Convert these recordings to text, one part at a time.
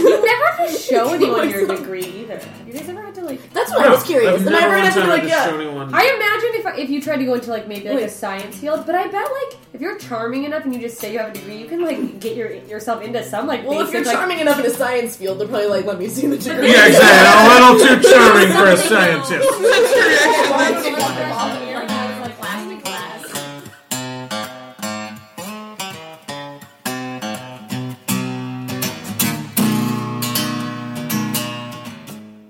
to show anyone your degree either. Have you guys ever had to like? That's what I was curious. Am I ever gonna have to be like, yeah? I imagine if I, if you tried to go into like maybe like a science field, but I bet like if you're charming enough and you just say you have a degree, you can like get your yourself into some like. Well, if basic, you're like- charming enough in a science field, they're probably like, let me see the degree. Yeah, exactly. A little too charming for a scientist.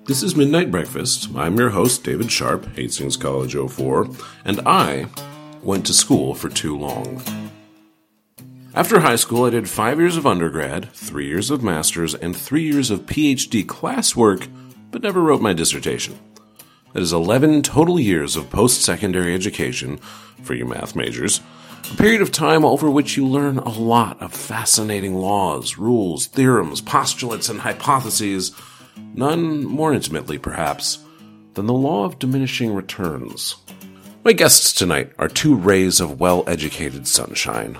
This is Midnight Breakfast. I'm your host, David Sharp, Hastings College 04, and I went to school for too long. After high school, I did five years of undergrad, three years of master's, and three years of PhD classwork, but never wrote my dissertation. That is 11 total years of post secondary education for you math majors, a period of time over which you learn a lot of fascinating laws, rules, theorems, postulates, and hypotheses, none more intimately, perhaps, than the law of diminishing returns. My guests tonight are two rays of well educated sunshine.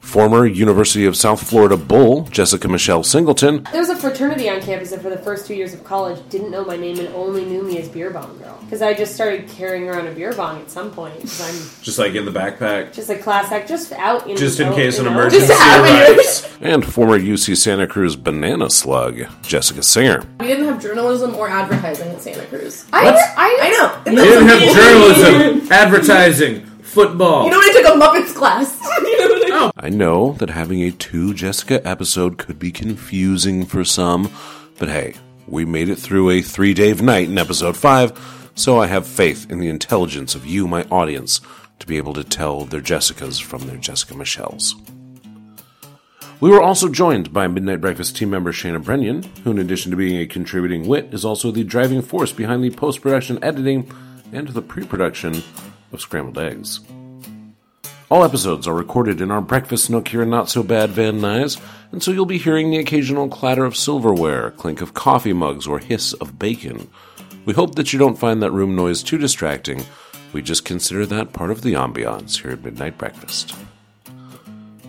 Former University of South Florida Bull, Jessica Michelle Singleton, There was a fraternity on campus that for the first two years of college didn't know my name and only knew me as Beer Bong Girl. Because I just started carrying around a beer bong at some point. 'cause I'm Just like in the backpack. just a class act, just out in Just in out case an and out. emergency Just have it. arrives. and former UC Santa Cruz Banana Slug, Jessica Singer. We didn't have journalism or advertising in Santa Cruz. I, What? I, I know. Isn't You that didn't have amazing? journalism, advertising, football. You know, I took a Muppets class. Oh. You know what I- I know that having a two Jessica episode could be confusing for some, but hey, we made it through a three Dave night in episode five, so I have faith in the intelligence of you, my audience, to be able to tell their Jessicas from their Jessica Michelles. We were also joined by Midnight Breakfast team member Shana Brennan, who, in addition to being a contributing wit, is also the driving force behind the post production editing and the pre production of Scrambled Eggs. All episodes are recorded in our breakfast nook here in Not So Bad Van Nuys, and so you'll be hearing the occasional clatter of silverware, clink of coffee mugs, or hiss of bacon. We hope that you don't find that room noise too distracting. We just consider that part of the ambiance here at Midnight Breakfast.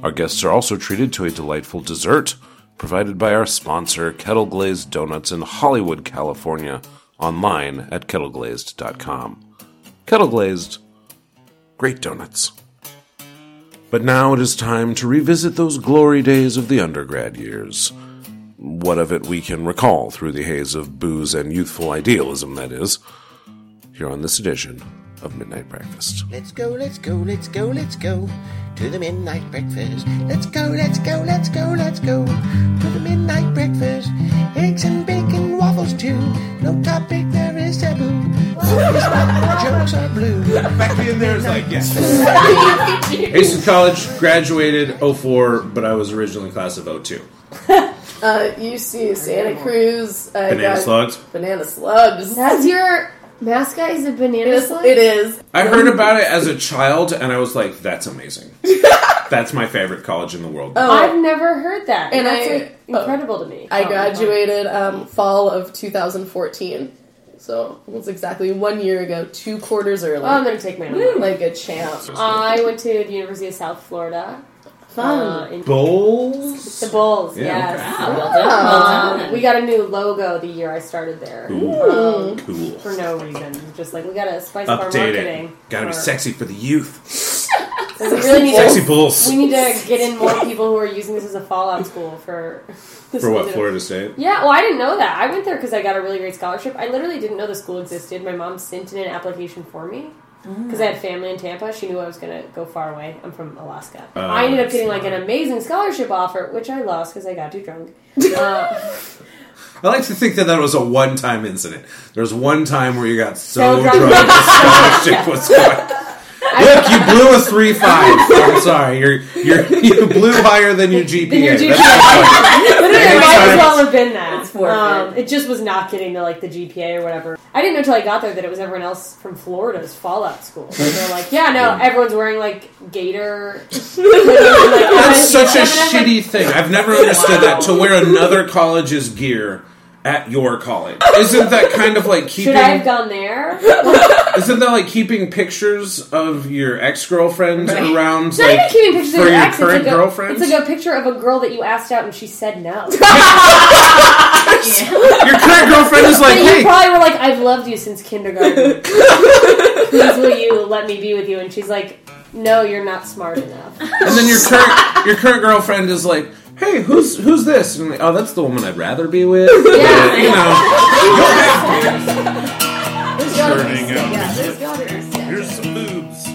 Our guests are also treated to a delightful dessert provided by our sponsor, Kettle Glazed Donuts in Hollywood, California, online at kettleglazed.com. Kettle Glazed, great donuts. But now it is time to revisit those glory days of the undergrad years. What of it we can recall through the haze of booze and youthful idealism, that is, here on this edition of Midnight Breakfast. Let's go, let's go, let's go, let's go to the midnight breakfast. Let's go, let's go, let's go, let's go to the midnight breakfast. Eggs and bacon, waffles too. No topic there is taboo. Always not, jokes are blue. Back in there is like, yes. Hastings College graduated 04, but I was originally class of 02. Uh, UC Santa Cruz. I Banana got- slugs. Banana slugs. That's your mascot is a It banana is- slug? it is. I heard about it as a child, and I was like, that's amazing. That's my favorite college in the world. Uh, Oh, I've never heard that. Oh. And And that's I- like, incredible to me. I Oh, graduated um, fall of 2014. So it was exactly one year ago, two quarters early. Oh, I'm going to take my own. like a champ. I went to the University of South Florida. Um, Uh, in Bowls? the Bulls, Yeah, yes. Well done, well Um, done. we got a new logo the year I started there. Um, Ooh, Mm. cool. for no reason. Just like we gotta spice up our Update marketing. it. Gotta be for- sexy for the youth. So we really need Sexy to, Bulls. we need to get in more people who are using this as a fallout school for this For what, reason. Florida State? Yeah, well, I didn't know that. I went there because I got a really great scholarship. I literally didn't know the school existed. My mom sent in an application for me because I had family in Tampa. She knew I was going to go far away. I'm from Alaska. I ended up Oh, that's getting like an amazing scholarship offer, which I lost because I got too drunk. Uh, I like to think that that was a one-time incident. There was one time where you got so, So drunk, drunk. the scholarship was gone. Look, you blew a three five. I'm sorry, you're you're you blew higher than your GPA. your That's GPA. not funny. Literally, it Every might as time well have been that. forfeit. Um, it just was not getting to like the GPA or whatever. I didn't know until I got there that it was everyone else from Florida's fallout school. They're like, yeah, no, everhoodies, everyone's wearing like gator. That's such a shitty thing. I've never understood that to wear another college's gear at your college. Isn't that kind of like keeping? Should I have gone there? Isn't that like keeping pictures of your ex girlfriend around? It's not like, even keeping pictures for of your your ex. It's current like, a, girlfriends? it's like a picture of a girl that you asked out and she said no. yes! Your current girlfriend is like, But you hey, probably were like, I've loved you since kindergarten. Please will you let me be with you? And she's like, No, you're not smart enough. And then your current your current girlfriend is like, "Hey, who's who's this?" And you're like, "Oh, that's the woman I'd rather be with." Yeah. you know. There's gotta be Turning sex. out. Yeah, there's gotta be sex. here's some boobs.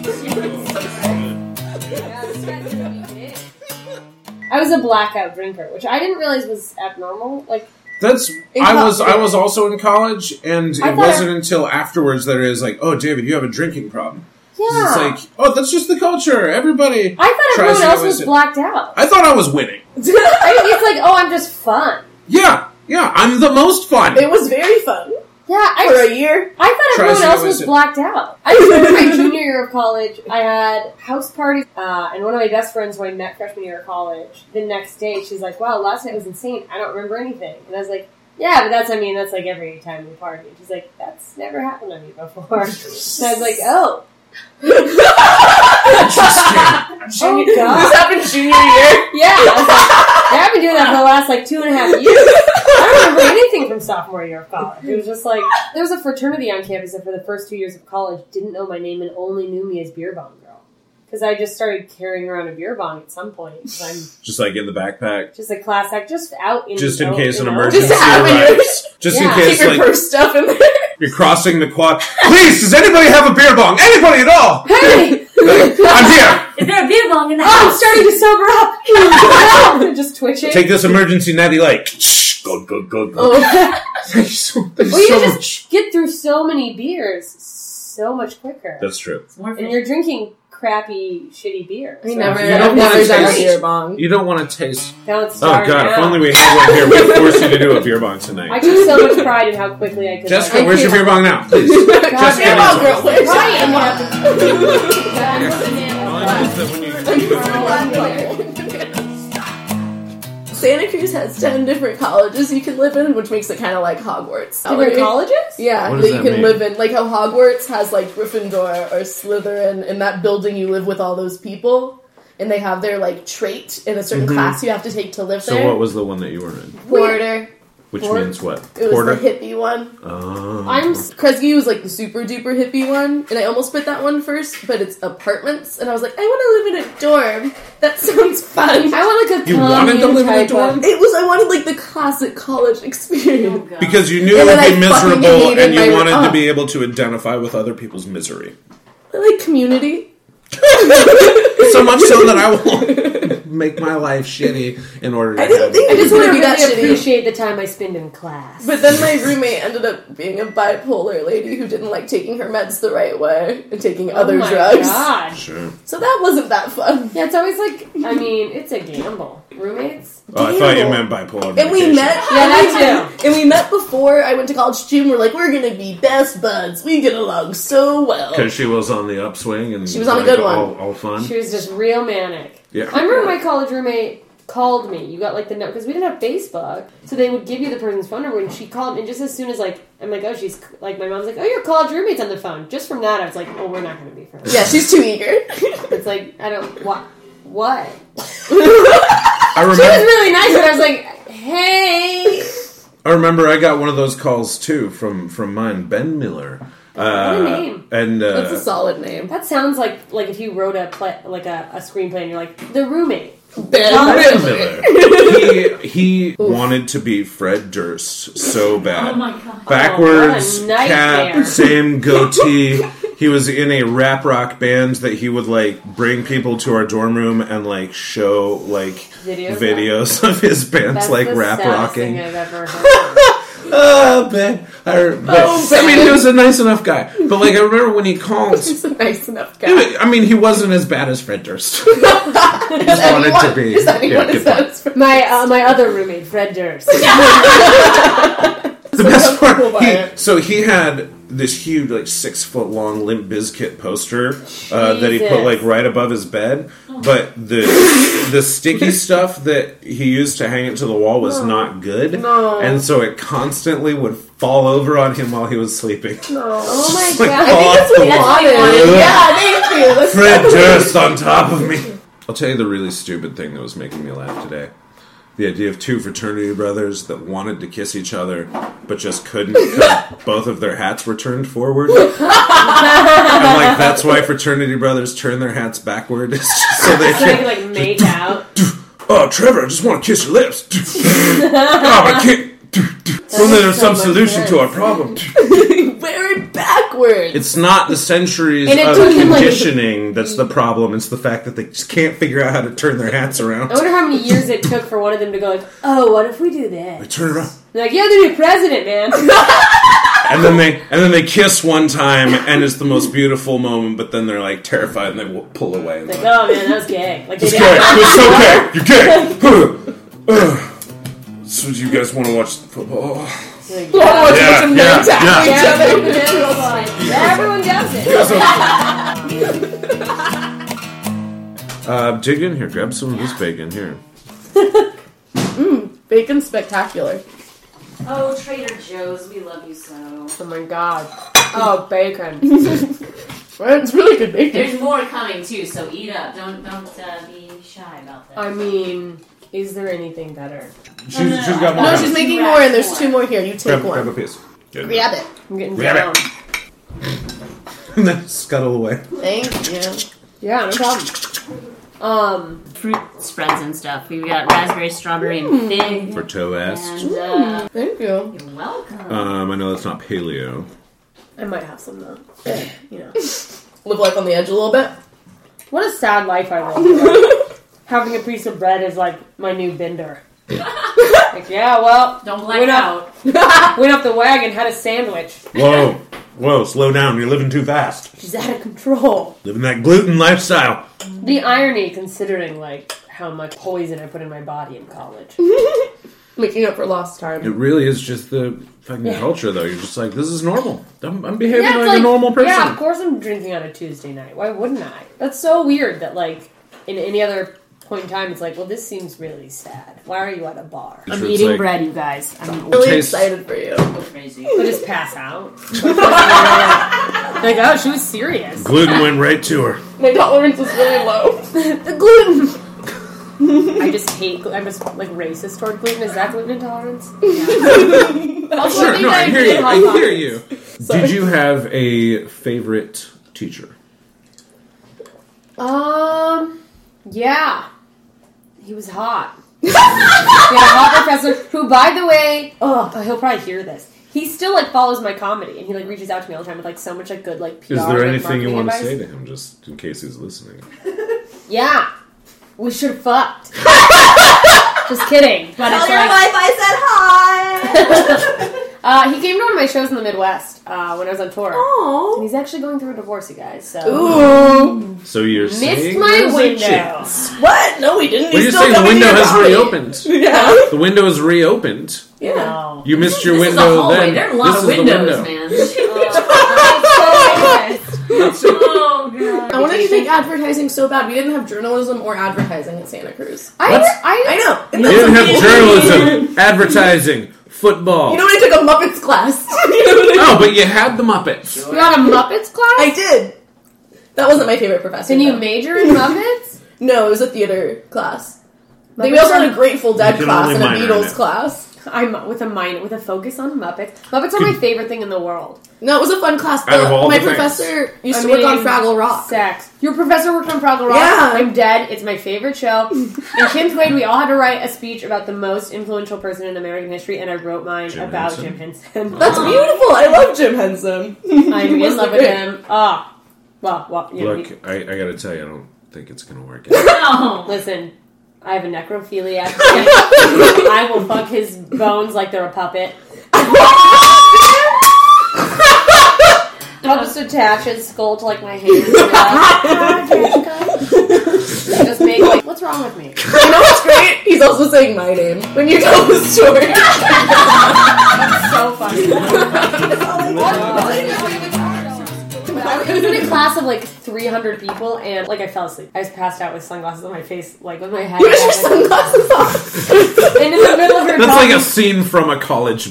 I was a blackout drinker, which I didn't realize was abnormal. Like, That's I was I was also in college, and I it thought wasn't I- until afterwards that it was like, "Oh, David, you have a drinking problem." yeah. It's like, "Oh, that's just the culture. Everybody." I thought tries everyone to else always- was blacked out. I thought I was winning. I mean, it's like, oh, I'm just fun. Yeah, yeah, I'm the most fun. It was very fun Yeah, I, for a year. I thought everyone Tries to else always was do- blacked out. I remember my junior year of college, I had house parties, uh, and one of my best friends who I met freshman year of college, the next day, she's like, wow, last night was insane. I don't remember anything. And I was like, yeah, but that's, I mean, that's like every time we party. And she's like, that's never happened to me before. so I was like, oh. oh, God. This happened junior year. Yeah, I was like, I've been doing that for the last like two and a half years. I don't remember anything from sophomore year of college. It was just like there was a fraternity on campus that for the first two years of college didn't know my name and only knew me as beer bong girl because I just started carrying around a beer bong at some point. 'cause I'm Just like in the backpack, just a class act, just out in just in out, case you an know? emergency Just have it. arrives. Just in Yeah. Keep case, your like purse stuff in there. you're crossing the quad. Please, does anybody have a beer bong? Anybody at all? Hey, I'm here. Is there a beer bong in the oh, I'm house? starting to sober up. Help! just twitching. Take this emergency natty like. Shh, go, go, go, go. Oh. Thank you so, thank you well, you so just much. get through so many beers so much quicker, That's true. It's more and you're drinking crappy, shitty beer. We so- never, You don't I've want never to done taste- beer bong. You don't want to taste. Now it's Oh, starting God. If out. only we had one here, we'd force you to do a beer bong I tonight. took so much pride in how quickly I could. Jessica, like, where's your beer bong now? Please. Jessica beer needs bong one. girl, where's Ryan Ryan? had to- All I know is that when you- Santa Cruz has 10 different colleges you can live in, which makes it kind of like Hogwarts. Different colleges? Yeah, What that, does you that can mean? live in. Like how Hogwarts has like Gryffindor or Slytherin, in that building you live with all those people. And they have their like trait in a certain class you have to take to live Mm-hmm. So, there. what was the one that you were in? Porter. Which Porter? means what? It was Porter? the hippie one. Oh. I'm. s- Kresge was like the super duper hippie one, and I almost put that one first, but it's apartments, and I was like, I want to live in a dorm. That sounds fun. I want like a You wanted to commune live in a type dorm? of- It was I wanted like the classic college experience. Because you knew it And would then be I fucking miserable hated and you my- wanted to oh. be able to identify with other people's misery. I like community. So much so that I will make my life shitty in order to I didn't have- think- I just want to Maybe that really shitty. appreciate the time I spend in class. But then my roommate ended up being a bipolar lady who didn't like taking her meds the right way and taking other oh my drugs. God. Sure. So that wasn't that fun. Yeah, it's always like. I mean, it's a gamble. Roommates. Oh, I thought you meant bipolar. And we medication. met. Yeah, and we- that And we met before I went to college too. And we're like, we're gonna be best buds. We get along so well. Because she was on the upswing and She was on a good all, one. All fun. She was just real manic. Yeah. I remember my college roommate called me. You got like the note because we didn't have Facebook, so they would give you the person's phone number, and she called. And just as soon as like I'm like, oh, she's like my mom's like, oh, your college roommate's on the phone. Just from that, I was like, oh, we're not going to be friends. Yeah, she's too eager. It's like I don't what what. I remember. It was really nice, but I was like, hey, I remember I got one of those calls too from from mine, Ben Miller. Uh, What a name. And uh, That's a solid name. that sounds like like if you wrote a play, like a, a screenplay, and you're like the roommate. Ben Miller. he he wanted to be Fred Durst so bad. Oh my God. Backwards Oh, what a cap, nightmare. same goatee. he was in a rap rock band that he would like bring people to our dorm room and like show like Videos? videos of his bands That's like the rap saddest rocking. thing I've ever heard. Oh, Ben. I, re- but, Oh, I mean, he was a nice enough guy. But like, I remember when he called. She's a nice enough guy. I mean, he wasn't as bad as Fred Durst. he just wanted to be. Is that anyone yeah, is good point. that from my uh, my other roommate, Fred Durst. the best comfortable part. by he- it. so he had this huge, like six foot long Limp Bizkit poster uh, that he put Jesus. like right above his bed, but the the sticky stuff that he used to hang it to the wall was not good, No. and so it constantly would fall over on him while he was sleeping. Oh my Like, god! fall off the wall. what he wanted. Yeah, thank you. That's Fred Durst on top of me. I'll tell you the really stupid thing that was making me laugh today. the idea of two fraternity brothers that wanted to kiss each other but just couldn't because both of their hats were turned forward. and like that's why fraternity brothers turn their hats backward so they So they can, can. like make out. Oh, Trevor, I just want to kiss your lips. oh, I can't. So makes there's so some much solution sense. to our problem. Wear it backwards. It's not the centuries And it of took him, like- conditioning that's the problem. It's the fact that they just can't figure out how to turn their hats around. I wonder how many years it took for one of them to go like, oh, what if we do this? Turn around. They're like, yeah, the new president, man. And then they and then they kiss one time, and it's the most beautiful moment. But then they're like terrified, and they w- pull away. like, oh man, that was gay. Like, they It's did. gay. It's okay. You're gay. Huh. Ugh. so do you guys want to watch the football? Like, One of us Yeah, was in yeah, there tackling yeah, each other. everyone does it. Everyone does it. uh, dig Uh, in here. Grab some of this bacon here. Bacon spectacular. Oh, Trader Joe's, we love you so. Oh my god. Oh, bacon. Right? It's really good bacon. There's more coming too, so eat up. Don't don't uh, be shy about that. I mean, is there anything better? She's, she's got more. No, Grab- she's making Grab more, and there's one. two more here. You take grab, grab a one. piece. Good. Grab it. I'm getting Grab down. it. And then scuttle away. Thank you. Yeah, no problem. Um, Fruit spreads and stuff. We've got raspberry, strawberry, and fig. For toast. And uh, Thank you. Mm. you're welcome. Um, I know that's not paleo. I might have some though. You know, Live life on the edge a little bit. what a sad life I live. Having a piece of bread is like my new bender. like, yeah, well, Don't We're black not- out. went up the wagon, had a sandwich. Whoa, whoa, slow down. You're living too fast. She's out of control. Living that gluten lifestyle. The irony, considering like how much poison I put in my body in college. Making up for lost It time. really is just the fucking culture, though. You're just like, this is normal. I'm, I'm behaving Yeah, like, it's like- a normal person. Yeah, of course I'm drinking on a Tuesday night. Why wouldn't I? That's so weird that like in any other point in time it's like, well this seems really sad. Why are you at a bar? I'm It's eating like- bread, you guys. I'm Really Tastes- excited for you. Go crazy. just pass out. like, oh, she was serious. Gluten went right to her. My tolerance is really low. The gluten I just hate glu- I'm just like racist toward gluten. Is that gluten intolerance? Also, I Sure, think no, I I hear did you. hot I dog. hear you. Did you have a favorite teacher? Um, yeah, he was hot. yeah, hot professor. Who, by the way, oh, he'll probably hear this. He still like follows my comedy, and he like reaches out to me all the time with like so much like good like PR. Is there and anything you marketing want to advice. say to him, just in case he's listening? Yeah, we should have fucked. Just kidding, but it's like I said hi. uh, he came to one of my shows in the Midwest uh, when I was on tour. And Oh, he's actually going through a divorce, you guys. So Ooh. So you're missed saying my there's a window. chance. What? No, we didn't. What are He's you still saying? The coming to window your has body. reopened. Yeah. The window is reopened. Yeah. No. You missed your this is a window hallway. then. Oh, There are a lot this of is the windows, window. man. oh I god. wanted to take advertising so bad. We didn't have journalism or advertising at Santa Cruz. I, What? I I, know. And You that's didn't have amazing. journalism, advertising, football. You know, I took a Muppets class. you know what I mean? no, but you had the Muppets. you got a Muppets class? I did. That wasn't my favorite professor. Can you though. major in Muppets? No, it was a theater class. Like, we also had a Grateful Dead You can class only and a minor in Beatles it. class. I'm with a minor with a focus on Muppets. Muppets are my favorite thing in the world. No, it was a fun class. Out of The- all my the things. professor used I to work on mean, Fraggle Rock. Sex. Your professor worked on Fraggle Rock. Yeah. I'm dead. It's my favorite show. In Kim Quaid, we all had to write a speech about the most influential person in American history, and I wrote mine Jim about Henson. Jim Henson. That's beautiful. I love Jim Henson. I'm He was in love the great. with him. Ah, well, well, you know, he- Look, I, I gotta tell you, I don't think it's gonna work. out. No. listen. I have a necrophiliac. I will fuck his bones like they're a puppet. I'll just attach his skull to like my hand. just make like, what's wrong with me? You know what's great? He's also saying my name when you tell the story. So funny. I was in a class of like 300 people and like I fell asleep. I was passed out with sunglasses on my face, like with my head. Put your sunglasses on. and in the middle of her That's like a talking- scene from a college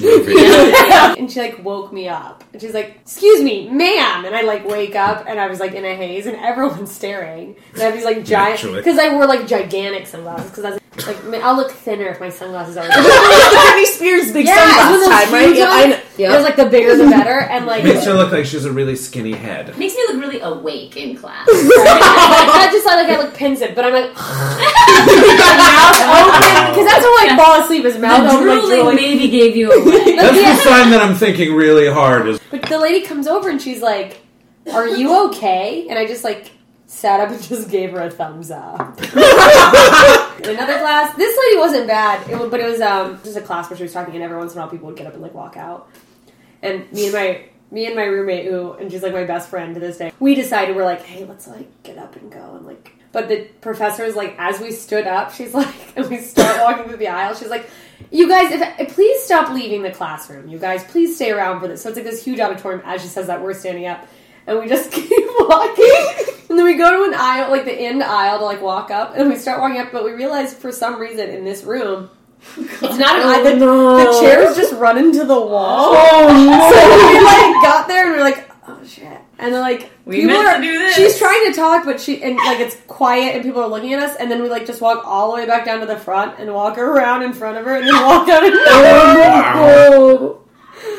movie. and she like woke me up and she's like excuse me ma'am and i like wake up and i was like in a haze and everyone's staring and i have these like giant Naturally. because i wore like gigantic sunglasses because i was Like ma- I'll look thinner if my sunglasses are. Britney Spears big Yeah, sunglass it's one of those time, right? huge Yeah, I know. ones. There's like the bigger the better, and like Makes her look like she has a really skinny head. Makes me look really awake in class. I just like I look pensive, but I'm like mouth open because that's how I fall asleep is mouth the open. Like, drooling drooling. maybe gave you away. That's the sign that I'm thinking really hard. Is But the lady comes over and she's like, "Are you okay?" And I just like sat up and just gave her a thumbs up. In another class, this lady wasn't bad, it, wa- but it was um, just a class where she was talking, and every once in a while people would get up and like walk out. And me and my me and my roommate, who and she's like my best friend to this day, we decided we're like, "Hey, let's like get up and go," and like. But the professor is like, as we stood up, she's like, and we start walking through the aisle, she's like, you guys, if, please stop leaving the classroom. You guys, please stay around for this. So it's like this huge auditorium. As she says that, we're standing up, and we just keep walking. And then we go to an aisle, like the end aisle, to like walk up, and we start walking up. But we realize for some reason in this room, it's not an aisle. The, the chairs just run into the wall. so we like got there and we are like, oh shit. And then like We people meant are, to do this. She's trying to talk, but she and like it's quiet and people are looking at us. And then we like just walk all the way back down to the front and walk around in front of her and then walk out. And Oh,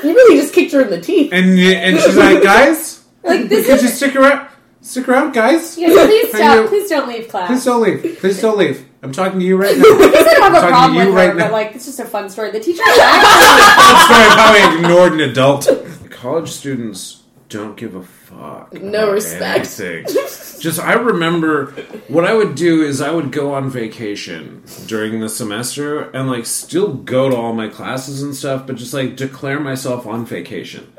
you really just kicked her in the teeth. and and she's like, guys, like this could is you stick around? Stick around, guys. yeah, please Are stop. you- please don't leave class. Please don't leave. Please don't leave. I'm talking to you right now. I don't have a Talking to problem you with right her, now. but like it's just a fun story. The teacher actually I'm sorry how I ignored an adult. College students don't give a fuck. No about respect. anything. Just I remember what I would do is I would go on vacation during the semester and like still go to all my classes and stuff, but just like declare myself on vacation.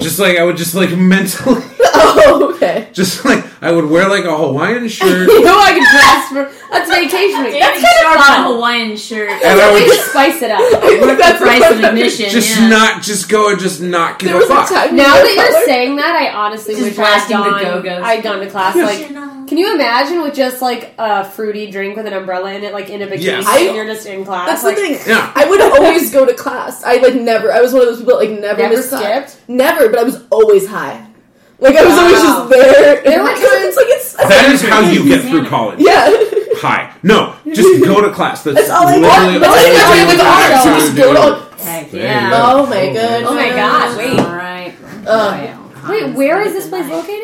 just like I would just like mentally Oh, okay. just like I would wear like a Hawaiian shirt You know I can dress. that's vacation week. That's David kind Sharp of on fun. Hawaiian shirt. and I We would just spice it up. That's the price of admission. just yeah. not just go and just not give There a was fuck. a time Now you that were- you're saying that, I honestly Just wish I'd blasting the gone, Go-Go's. I'd gone to class like. Can you imagine with just like a fruity drink with an umbrella in it, like in a bikini, Yes. I- and you're just in class? That's like, the thing. Yeah. I would always go to class. I like never. I was one of those people that like never, Never missed class. skipped? Never, but I was always high. Like I was always Wow. just there. There were It's like- it's like it's That is how you get through college. yeah. Hi. No, just go to class. That's, That's all I literally want. That's all all you I want with have arms. to You just do. go to. Heck There yeah. you go. Oh my god. Oh my gosh, wait. All right. Wait, where is this place located?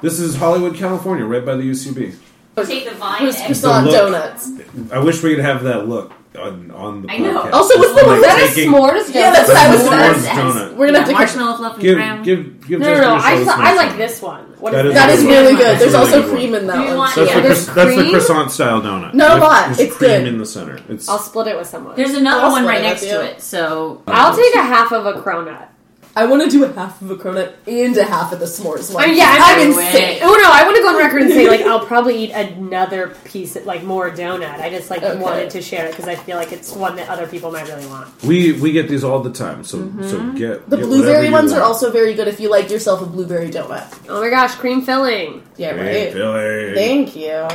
This is Hollywood, California, right by the UCB. Take the vine. Who's exit. croissant look. donuts? I wish we could have that look on, on the I know. podcast. Also, what's the Like one that is? That is taking- s'mores. Yeah, that's what I was. S'mores that's- donut. We're gonna have Yeah, to. cut- marshmallow fluff and Give, graham. give, give. No, no, Justin no. a I, slice thought- I of my like donut. this one. What That is is that? That is really good. There's That's a really also good one. cream in Do you that want- one. That's, Yeah, the there's cro- that's the cream. croissant style donut. Not a With- lot. There's It's cream good. in the center. It's I'll split it with someone. There's another I'll one right split it next up, to yeah. it. So I'll take a half of a cronut. I want to do a half of a cronut and a half of the s'mores one. I mean, yeah, I'm, I'm I'm insane. Oh no, I want to go on record and say like I'll probably eat another piece, of, like more donut. I just like Okay. wanted to share it because I feel like it's one that other people might really want. we we get these all the time. So so Mm-hmm. The get get whatever blueberry you ones are want. also very good if you like yourself a blueberry donut. Oh my gosh, cream filling. Yeah, Hey, right. Billy. Thank you.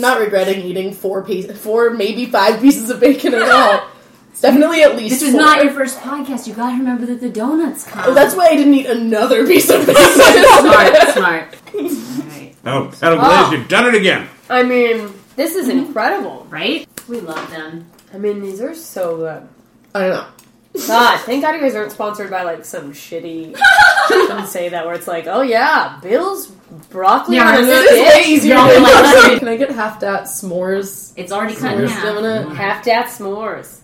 Not regretting eating four pieces, four maybe five pieces of bacon at all. It's definitely at least. this was four. not your first podcast. You gotta remember that the donuts come. Oh, that's why I didn't eat another piece of bacon. smart. Smart. All right. Oh, Adam Blaze, you've done it again. I mean, this is incredible. Right? We love them. I mean, these are so good. I don't know. God, thank God you guys aren't sponsored by like some shitty. Don't say that where it's like, oh yeah, Bill's broccoli. Yeah, on a this It is way stick. easier. Y'all than like that. it. Can I get half that s'mores? It's already cut in S'mores half. donut. half dat s'mores.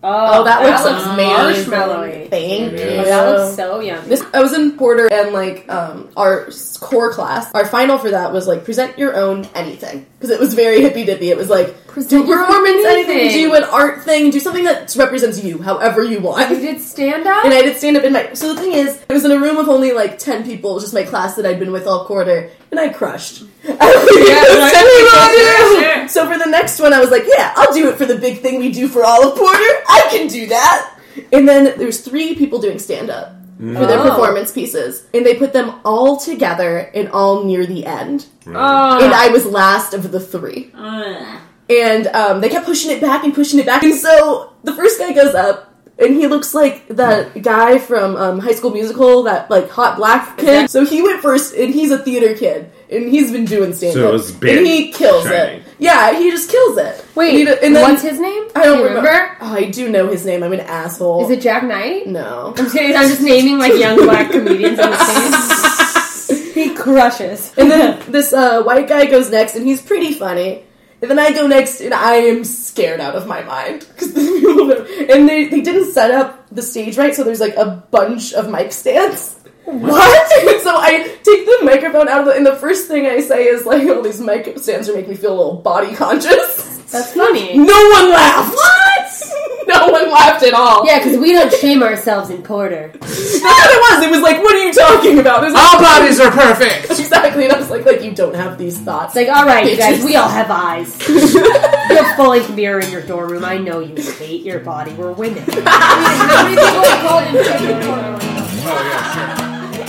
Oh, Oh, that, looks, amazing. marshmallowy. Thank Yeah. Oh, you. that looks so yummy. This, I was in Porter and like um, our s- core class. Our final for that was like present your own anything because it was very hippy dippy. It was like Present do your own performance anything. anything. do an art thing, do something that represents you, however you want. You did stand up. And I did stand up in my. So the thing is, I was in a room with only like ten people, it was just my class that I'd been with all quarter, and I crushed. I was like, no, I "Send me crushed, my yeah, room." So for the next one, I was like, yeah, I'll do it for the big thing we do for all of Porter. I can do that. And then there's three people doing stand up for their Oh. performance pieces, and they put them all together and all near the end. Oh. And I was last of the three Ugh. and um, they kept pushing it back and pushing it back. And so the first guy goes up, and he looks like that guy from um, High School Musical, that like hot black kid. So he went first, and he's a theater kid, and he's been doing stand So it up, was big, and he kills shiny. it. Yeah, he just kills it. Wait, We d- and then- what's his name? I don't Do you remember. Oh, I do know his name. I'm an asshole. Is it Jack Knight? No. I'm just kidding. I'm just naming like young black comedians on the scene. He crushes. And then this uh, white guy goes next, and he's pretty funny. And then I go next, and I am scared out of my mind. 'Cause the people don't- and they, they didn't set up the stage right, so there's like a bunch of mic stands. What? so I take the microphone out of the, and the first thing I say is like, all these mic stands are making me feel a little body conscious. That's funny. No one laughed. What? no one laughed at all. Yeah, because we don't shame ourselves in Porter. That's what it was. It was like, what are you talking about? It was like- All bodies are perfect. exactly. And I was like, like you don't have these thoughts. It's like, all right, you guys, we all have eyes. You have full-length mirror in your dorm room. I know you hate your body. We're women. How many people would call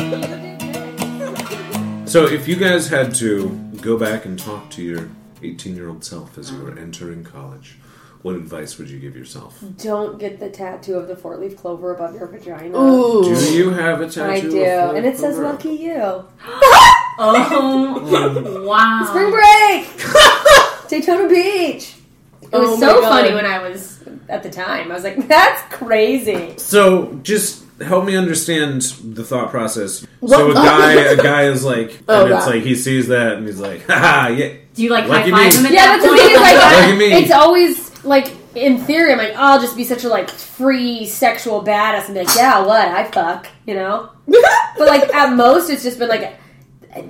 it integral So if you guys had to go back and talk to your 18 year old self as you were entering college, what advice would you give yourself? Don't get the tattoo of the four-leaf clover above your vagina. Do you have a tattoo? I do, of and it says Flora? "Lucky You." Oh, wow. Spring break, Daytona Beach. It was Oh my so God. funny when I was at the time. I was like, that's crazy. So just help me understand the thought process. So What- a guy, a guy is like, Oh, and it's God. like he sees that and he's like, ha yeah. Do you like Lucky high five me. him at Yeah, that that's the point? thing. Is like, Look at me. it's always like in theory, I'm like, "Oh, I'll just be such a like free sexual badass and be like, yeah, what I fuck, you know. But like at most, it's just been like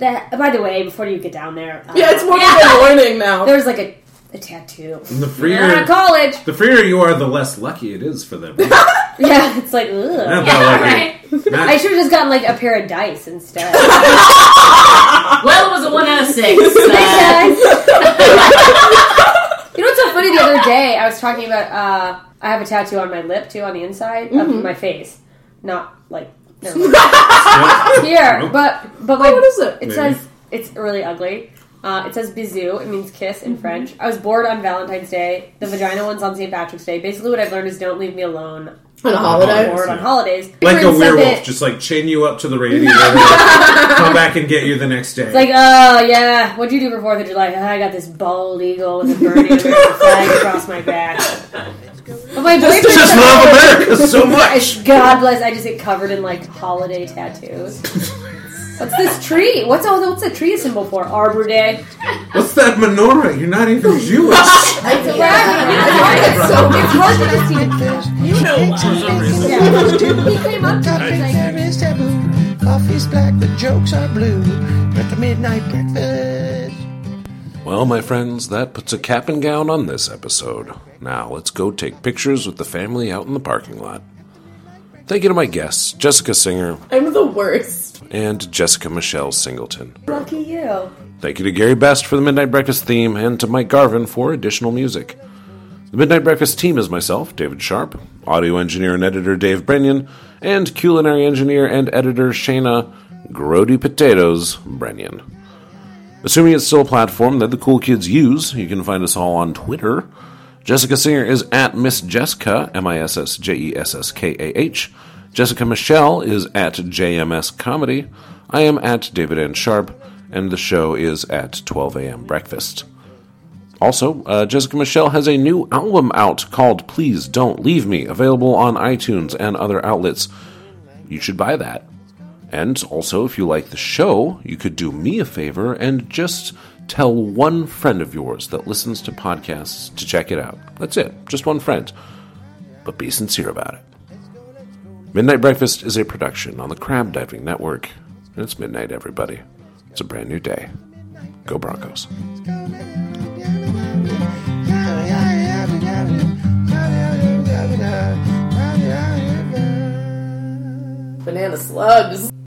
that. By the way, before you get down there, uh, Yeah, it's more Yeah. like a warning now. there's like a, a tattoo. And the Ah, freer, college. the freer you are, the less lucky it is for them. Yeah, it's like ugh. Not that lucky. right. Not- I should have just gotten like a pair of dice instead. Well, it was a one out of six. Uh, Thanks, guys. you know what's so funny? The other day, I was talking about uh, I have a tattoo on my lip too, on the inside Mm-hmm. of my face, not like never mind. here, Nope. but but my, Oh, what is it? It Maybe. says it's really ugly. Uh, it says bisou. It means kiss Mm-hmm. in French. I was bored on Valentine's Day. The vagina one's on St. Patrick's Day. Basically, what I've learned is don't leave me alone. On a holiday. Bored on holidays. like a Different stuff werewolf, that- just like chain you up to the radiator, come back and get you the next day. It's like, oh yeah, what'd you do for Fourth of July? "Ah, I got this bald eagle with a burning American flag across my back. But my boyfriend just said, love America so much. God bless, I just get covered in like holiday tattoos. What's this tree? What's all? What's the tree symbol for? Arbor Day. What's that menorah? You're not even Jewish. It's so it's hard for us to even Topic there is taboo. Coffee's black, the jokes are blue. But the midnight breakfast. Well, my friends, that puts a cap and gown on this episode. Now, let's go take pictures with the family out in the parking lot. Thank you to my guests, Jessica Singer I'm the worst. and Jessica Michelle Singleton. lucky you. Thank you to Gary Best for the Midnight Breakfast theme and to Mike Garvin for additional music. The Midnight Breakfast team is myself, David Sharp, audio engineer and editor Dave Brenyon, and culinary engineer and editor Shayna Grody Potatoes Brenyon. Assuming it's still a platform that the cool kids use, you can find us all on Twitter. Jessica Singer is at Miss Jessica, M I S S J E S S K A H. Jessica Michelle is at JMS Comedy. I am at David N. Sharp, and the show is at 12 a.m. Breakfast. Also, uh, Jessica Michelle has a new album out called Please Don't Leave Me, available on iTunes and other outlets. You should buy that. And also, if you like the show, you could do me a favor and just tell one friend of yours that listens to podcasts to check it out. That's it, just one friend. But be sincere about it. Midnight Breakfast is a production on the Crab Diving Network. And it's midnight, everybody. It's a brand new day. Go Broncos. Banana slugs.